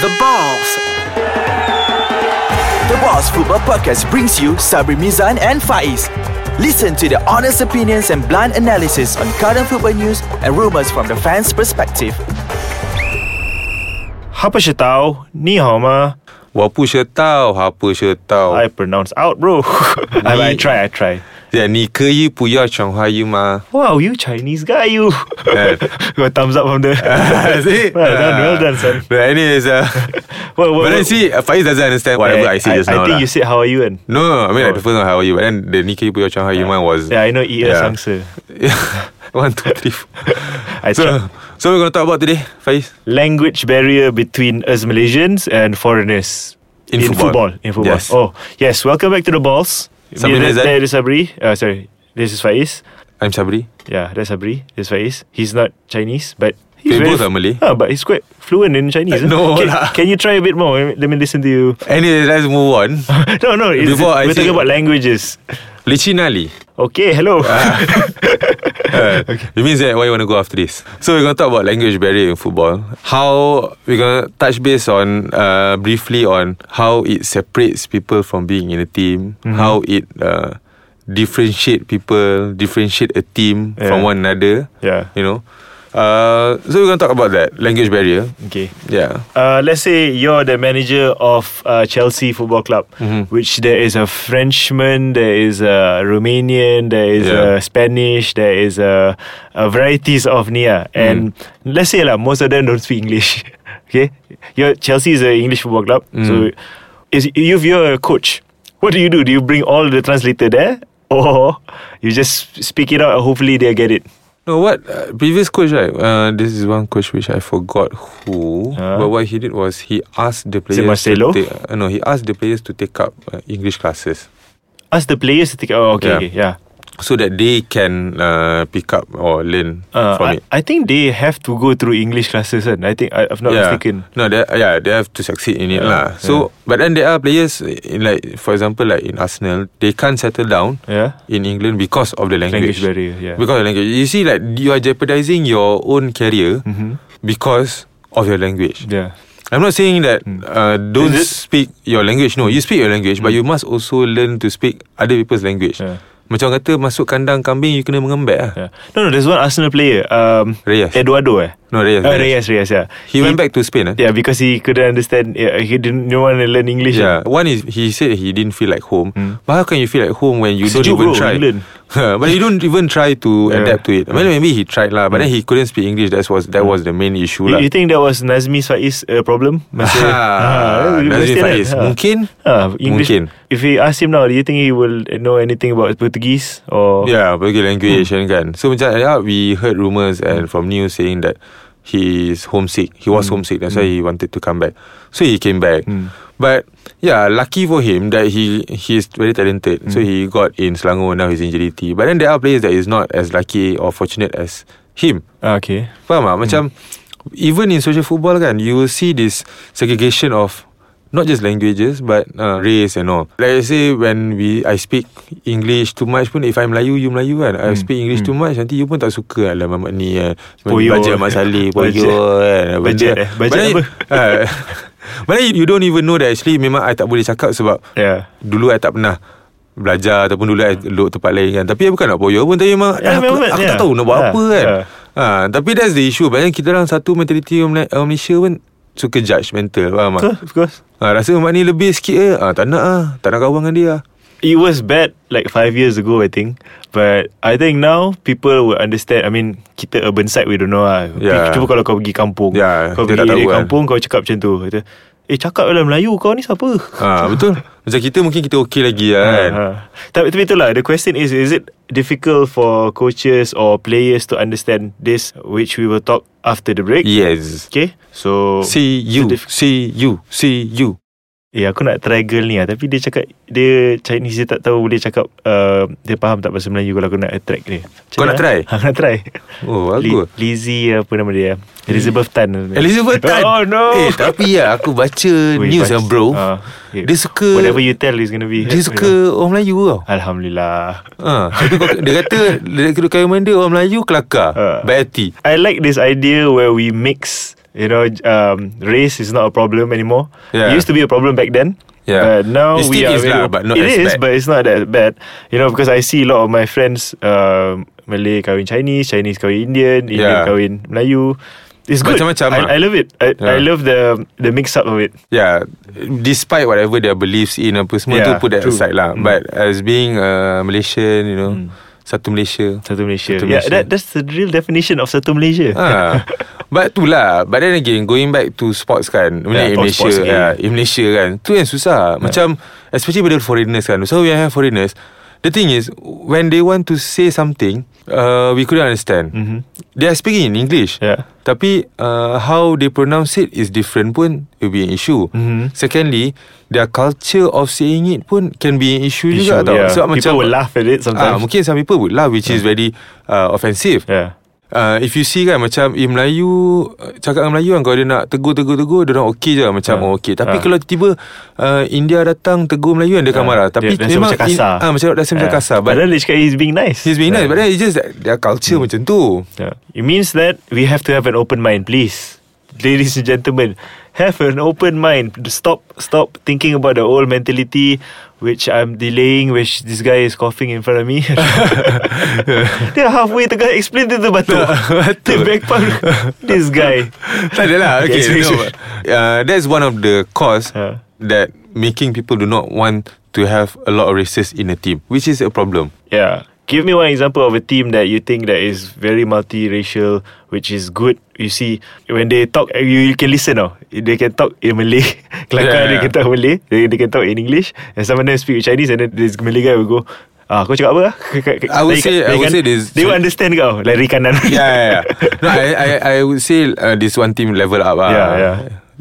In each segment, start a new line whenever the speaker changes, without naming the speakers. The Balls.
The Boss Football Podcast brings you Sabri Mizan and Faiz. Listen to the honest opinions and blunt analysis on current football news and rumors from the fans' perspective.
哈不是刀，你好吗
Wapu syetau, hapa syetau.
I pronounce out bro I, I
Oh. Ni-
try I try
Ya, ni ke yi puya chong hai ma.
Wow you Chinese guy you Got thumbs up from there
See?
Well done well done son
But anyways, uh,
well,
but then see, uh, Faiz doesn't understand whatever I, say
I,
just now.
I think
lah.
you said how are you and
no, no, I mean like
Oh.
the first one, how are you? But then the Nikkei Puyo Chong Hai Yu Man was
Yeah I know E E.E.
Yeah.
Sangsa
one, two, three, four.
I
So,
so,
so we're going to talk about today, Faiz?
Language barrier between us Malaysians and foreigners
In football.
In football
Yes.
Oh yes welcome back to the balls
Sabri
Yeah,
Razak.
that- that is Sabri uh, Sorry this is Faiz
I'm Sabri.
Yeah, Ya, that's Sabri. That's Faiz. He's not Chinese, but he's
They
very-
both are Malay.
Ah, but he's quite fluent in Chinese. eh?
Uh, no
can,
lah.
can you try a bit more? Let me- Let me listen to you.
Anyways, let's move on.
no, no. It's,
Before I
we're talking
think-
about languages.
Licin Ali.
Okay, hello.
Ah. Uh, It means that why you want to go after this. So we're gonna talk about language barrier in football. How we're gonna touch base on uh, briefly on how it separates people from being in a team.
Mm-hmm.
How it uh, differentiate people, differentiate a team
Yeah.
from one another.
yeah.
You know. Uh, so we're gonna talk about that language barrier.
Okay.
Yeah.
Uh, let's say you're the manager of uh, Chelsea Football Club,
Mm-hmm.
which there is a Frenchman, there is a Romanian, there is
Yeah.
a Spanish, there is a, a varieties of Nia.
Mm-hmm.
And let's say lah, most of them don't speak English. okay, your Chelsea is an English football club,
Mm.
so is if you're a coach, what do you do? Do you bring all the translator there, or you just speak it out? and Hopefully they get it.
No, what uh, previous coach right? Uh, this is one coach which I forgot who.
Ah.
But what he did was he asked the
it
players.
Marcelo?
To take, uh, no, he asked the players to take up uh, English classes
Ask the players to take. Oh, okay,
Yeah.
okay, yeah.
so that they can uh, pick up or learn
Uh,
from
I,
it.
I think they have to go through English classes, and I think I, if not
yeah.
mistaken.
No, they, yeah, they have to succeed in it
Yeah,
lah. So, but then there are players uh, in like, for example, like in Arsenal, they can't settle down
Yeah,
in England because of the
language
language.
barrier. Yeah,
Because of language, you see, like you are jeopardizing your own career
Mhm.
because of your language.
yeah,
I'm not saying that uh,
Hmm.
don't
Is it- Hmm.
speak your language. No, you speak your language, but you must also learn to speak other people's language.
Yeah.
Macam kata masuk kandang kambing, you kena mengembek lah.
yeah. No, no. There's one Arsenal player, um,
Reyes.
Eduardo. Eh?
No, Reyes.
Uh, Reyes, Reyes. Yeah,
He, went back to Spain. Eh?
Yeah, because he couldn't understand. Yeah, he didn't, didn't want to learn English. eh?
Yeah. One is he said he didn't feel like home.
Mm.
But how can you feel like home when you
Sejuk
don't even
bro,
try?
England.
but you don't even try to
Yeah. Hmm.
adapt to it. I mean, maybe he tried lah, but then he couldn't speak English. That was that was the main issue
You,
lah.
you think that was Nazmi Faiz uh, problem? Masa- Ah,
Ah,
you
Nazmi
understand
Faiz.
that? Ah.
Mungkin
Ah, English.
Mungkin.
If we ask him now, do you think he will know anything about Portuguese or?
Yeah, pergi language hmm. kan. So macam yeah, we heard rumors and from news saying that he is homesick. He was homesick. That's why he wanted to come back. So he came back. But yeah, lucky for him that he he is very talented. So he got in Selangor now he's in JDT. But then there are players that is not as lucky or fortunate as him.
Ah, okay.
Faham tak? Macam even in social football kan, you will see this segregation of not just languages but uh, race and all. Like I say when we I speak English too much pun if I Melayu you Melayu kan.
Hmm.
I speak English too much nanti you pun tak suka lah mamat ni kan.
Poyo.
Baca Mat Saleh Poyo kan.
Bajet eh. Bajet apa?
But then you don't even know that actually memang I tak boleh cakap sebab
Yeah.
dulu I tak pernah belajar ataupun dulu I duduk tempat lain kan tapi I bukan nak boyo pun tapi memang
Ya,
eh, aku,
memang,
aku
ya.
tak tahu nak buat
Ya,
apa kan
ya.
ha, tapi that's the issue banyak kita orang satu mentality orang Mela- orang Malaysia pun suka judgemental faham tak
So, of course.
ha, rasa mak ni lebih sikit eh ha, tak nak ah tak nak kawan dengan dia ah.
It was bad like five years ago, I think. But I think now people will understand. I mean, kita urban side we don't know lah.
Yeah.
Cuba kalau kau pergi kampung,
Yeah,
kau pergi
kita tak
area
tahu kan.
kampung, kau cakap macam tu. Kata, eh cakap dalam Melayu kau ni siapa?
ha, betul macam kita mungkin kita okey lagi lah kan
Ha. Tapi tapi itulah the question is is it difficult for coaches or players to understand this which we will talk after the break.
yes
Okay. So
see
So
you
diff-
see you see you
Eh aku nak try girl ni lah Tapi dia cakap Dia Chinese dia tak tahu Boleh cakap uh, Dia faham tak bahasa Melayu Kalau aku nak attract dia Macam
Kau
mana,
nak
ah?
try?
Aku nak try
oh
Li-
bagus
Lizzie apa nama dia Elizabeth Tan
Elizabeth Tan
Oh no
Eh tapi ya Aku baca
Weh,
news
baca-
yang bro
Ah, eh,
Dia suka
Whatever you tell is gonna be
Dia suka orang Melayu tau
Alhamdulillah
Ha, tapi kau, dia kata dia kata kaya dia orang Melayu kelakar,
Ha.
baik hati.
I like this idea Where we mix You know, um, race is not a problem anymore. It
Yeah.
used to be a problem back then.
Yeah.
But now
It
we
still
are
is
very
lah,
op-
but not
it
as
is,
bad.
but it's not that bad. You know, because I see a lot of my friends, um, Malay kawin Chinese, Chinese kawin Indian, Indian
Yeah.
kawin Melayu. It's good.
Macam-macam lah.
I, I love it. I, I
Yeah.
love the the mix up of it.
Yeah Ya, Despite whatever their beliefs in Apa semua
Yeah,
tu Put that
true. Hmm.
aside lah
Mm.
But as being a Malaysian You know Satu Malaysia
Satu Malaysia.
Satu
yeah,
Malaysia.
that, that's the real definition of Satu Malaysia.
Ah, But tu lah But then again Going back to sports kan
Yeah,
Malaysia,
talk
Malaysia
sports again.
yeah, In Malaysia kan Tu yang susah Macam Especially pada foreigners kan So we have foreigners The thing is When they want to say something uh, We couldn't understand
Mhm.
They are speaking in English
Yeah.
Tapi uh, How they pronounce it Is different pun It will be an issue
Mhm.
Secondly Their culture of saying it pun Can be an issue, juga
Issue,
tau
yeah.
Sebab
People
macam
will laugh at it
Ah,
sometimes.
mungkin some people would laugh Which is very uh, Offensive
Yeah.
uh, If you see kan Macam eh, Melayu uh, Cakap dengan Melayu kan Kalau dia nak tegur-tegur-tegur Dia orang okay je Macam
Ah.
oh, okay
Ah.
Tapi kalau tiba uh, India datang Tegur Melayu kan Dia akan
Ah.
marah Tapi
dia, dia
memang
macam kasar.
in, ah, Macam rasa macam
Yeah.
kasar But
Padahal Hmm. dia cakap he's being nice. Ah.
He's being
Yeah.
nice But then it's just that Their culture macam tu
Yeah. It means that we have to have an open mind, please. Ladies and gentlemen, have an open mind. Stop stop thinking about the old mentality which I'm delaying, which this guy is coughing in front of me. Dia halfway tengah explain dia tu batuk. Dia backpack. This guy.
Tak adalah Okay,
Okay,
no,
sorry.
uh, That's one of the cause
Ah.
That Making people do not want To have a lot of races In a team Which is a problem
Yeah. Give me one example of a team that you think that is very multiracial, which is good. You see, when they talk, you, you can listen. Oh, they can talk in Malay. Kelakar
Yeah,
yeah, they
yeah.
can talk Malay. They, they can talk in English. And some of them speak Chinese, and then this Malay guy will go, Ah, kau cakap apa? lah?"
I would say- I would
can-
say this-
They will understand kau, like rikanan.
yeah, yeah, yeah. No, I, I, I would say uh, this one team level up. Uh,
Yeah, yeah.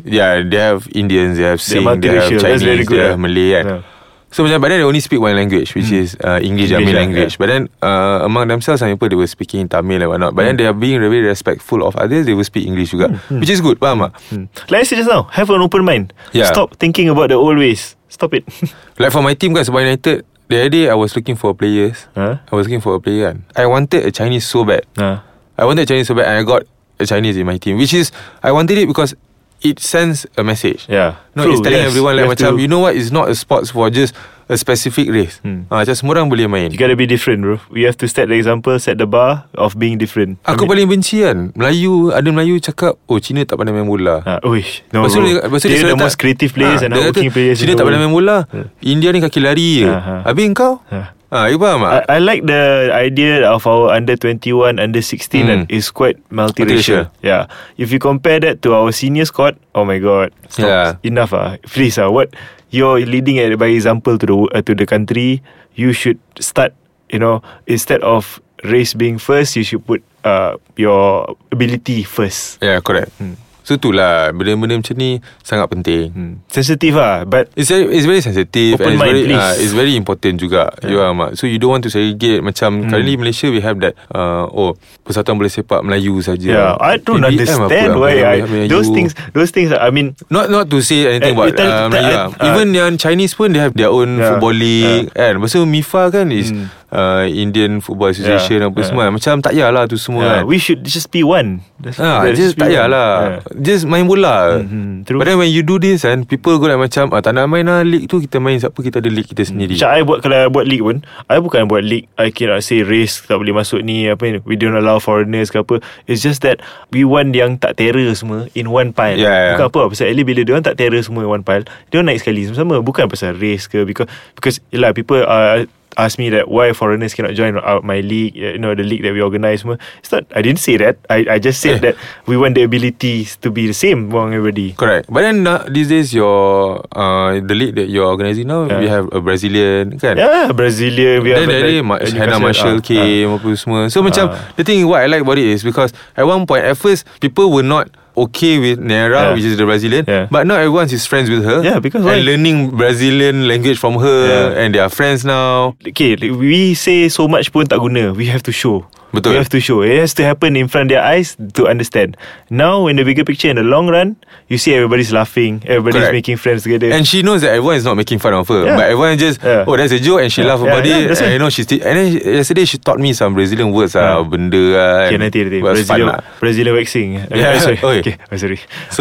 Yeah, they have Indians, they have
They're
Singh, they have
multiracial.
Chinese,
That's very good, yeah.
they have Malay. Kan?
Yeah. Hmm.
So macam, but then they only speak one language, which is uh, English, their
English,
main
yeah,
language.
yeah.
But then uh, among themselves, some people they were speaking Tamil and whatnot. But
Hmm.
then they are being very respectful of others. They will speak English juga, which is good. Faham tak?
Like I said just now, have an open mind.
Yeah.
Stop thinking about the old ways. Stop it.
Like for my team guys, Subang United, the other day I was looking for players.
Huh?
I was looking for a player. Kan? I wanted a Chinese so bad.
Nah.
I wanted Chinese so bad and I got a Chinese in my team, which is I wanted it because it sends a message.
Yeah.
No,
True,
it's telling
yes.
everyone like
You have
macam
to-
you know what? It's not a sports for just a specific race.
Hmm.
Ah, macam semua orang boleh main.
You gotta be different, bro. We have to set the example, set the bar of being different. I mean,
Aku paling benci kan Melayu Ada Melayu cakap Oh Cina tak pandai main bola
Ah, uish, no, bro.
dia- lepas tu
They're
selalu
the
tak-
most creative players
Ah,
and
dia kata,
hardworking players. in
Cina
the
tak pandai
world.
main bola India ni kaki lari je
Ah, ah.
Habis kau
Ah.
Ah, you faham tak?
I, I like the idea of our under 21, under 16
Mm.
that is quite Hmm. multiracial.
Multiracial.
Yeah. If you compare that to our senior squad, oh my god. Stop.
Yeah.
Enough ah. Please ah, what you're leading at, by example to the wo- uh, to the country, you should start, you know, instead of race being first, you should put uh, your ability first.
Yeah correct
Hmm.
So itulah Benda-benda macam ni Sangat penting
sensitive ah but
It's very, it's very sensitive
Open
and it's
mind,
very
please.
ah, it's very important juga. Yeah. You are mak. So you don't want to segregate macam
Hmm.
mm. currently Malaysia we have that uh, oh persatuan bola sepak Melayu saja.
yeah, I don't
PBM
understand
apa, lah,
why
apa,
I,
apa, Melayu.
those things those things I mean
Not not to say anything
Eh,
about
you tell-
uh, Melayu.
tell-
lah. Even yang Chinese pun they have their own
Yeah,
football league yeah. kan. Lepas tu MIFA kan is
Hmm.
uh, Indian Football Association
Yeah,
apa semua. Macam tak payahlah tu semua
yeah,
kan.
uh, we should just be one That's-
Ah,
that's
just
be
tak
one.
payahlah.
Yeah.
Just main bola.
Mhm, true.
But then when you do this and people go like macam ah, tak nak main lah league tu kita main siapa kita ada league kita sendiri.
Macam I buat Kalau I buat league pun I bukan buat league I cannot say race Tak boleh masuk ni Apa ni We don't allow foreigners ke apa It's just that We want yang tak terror semua In one pile
Yeah, yeah.
Bukan apa Pasal at least bila dia orang tak terror semua In one pile Dia orang naik sekali sama-sama Bukan pasal race ke Because Because yelah people are Ask me that why foreigners cannot join our, my league, you know the league that we organise. semua. It's not. I didn't say that. I I just said
Eh.
that we want the abilities to be the same among everybody.
Correct. But then uh, these days your uh, the league that you're organising now,
Yeah.
we have a Brazilian kan.
Yeah, Brazilian. We
Then
have
the day Ma-
like-
Hannah Marshall
Ah, ah.
came apa semua. So macam the thing what I like about it is because at one point at first people were not okay with
Yeah.
Nera which is the Brazilian
Yeah.
but now everyone is friends with her
Yeah, because why?
and learning Brazilian language from her
Yeah.
and they are friends now.
Okay like, We say so much pun tak guna We have to show
Betul.
You have to show. It has to happen in front of their eyes to understand. Now, in the bigger picture, in the long run, you see everybody's laughing, everybody's
Correct.
making friends together.
And she knows that everyone is not making fun of her,
Yeah.
but everyone just
Yeah.
oh that's a joke, and she laugh
Yeah,
about
yeah,
it.
that's it.
and you know she still. And then she- yesterday she taught me some Brazilian words
Ah.
ah benda ah.
Okay,
and
nanti nanti.
it was fun
Brazilian,
lah.
Brazilian waxing.
Yeah,
Yeah, sorry.
okay.
Okay, I'm sorry.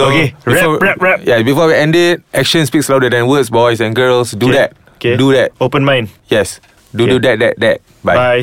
okay,
before,
rap, rap, rap.
Yeah, before we end it, action speaks louder than words, boys and girls. Do
Okay.
that.
Okay.
Do that.
Open mind.
Yes. Do do that that that. Bye.
Bye.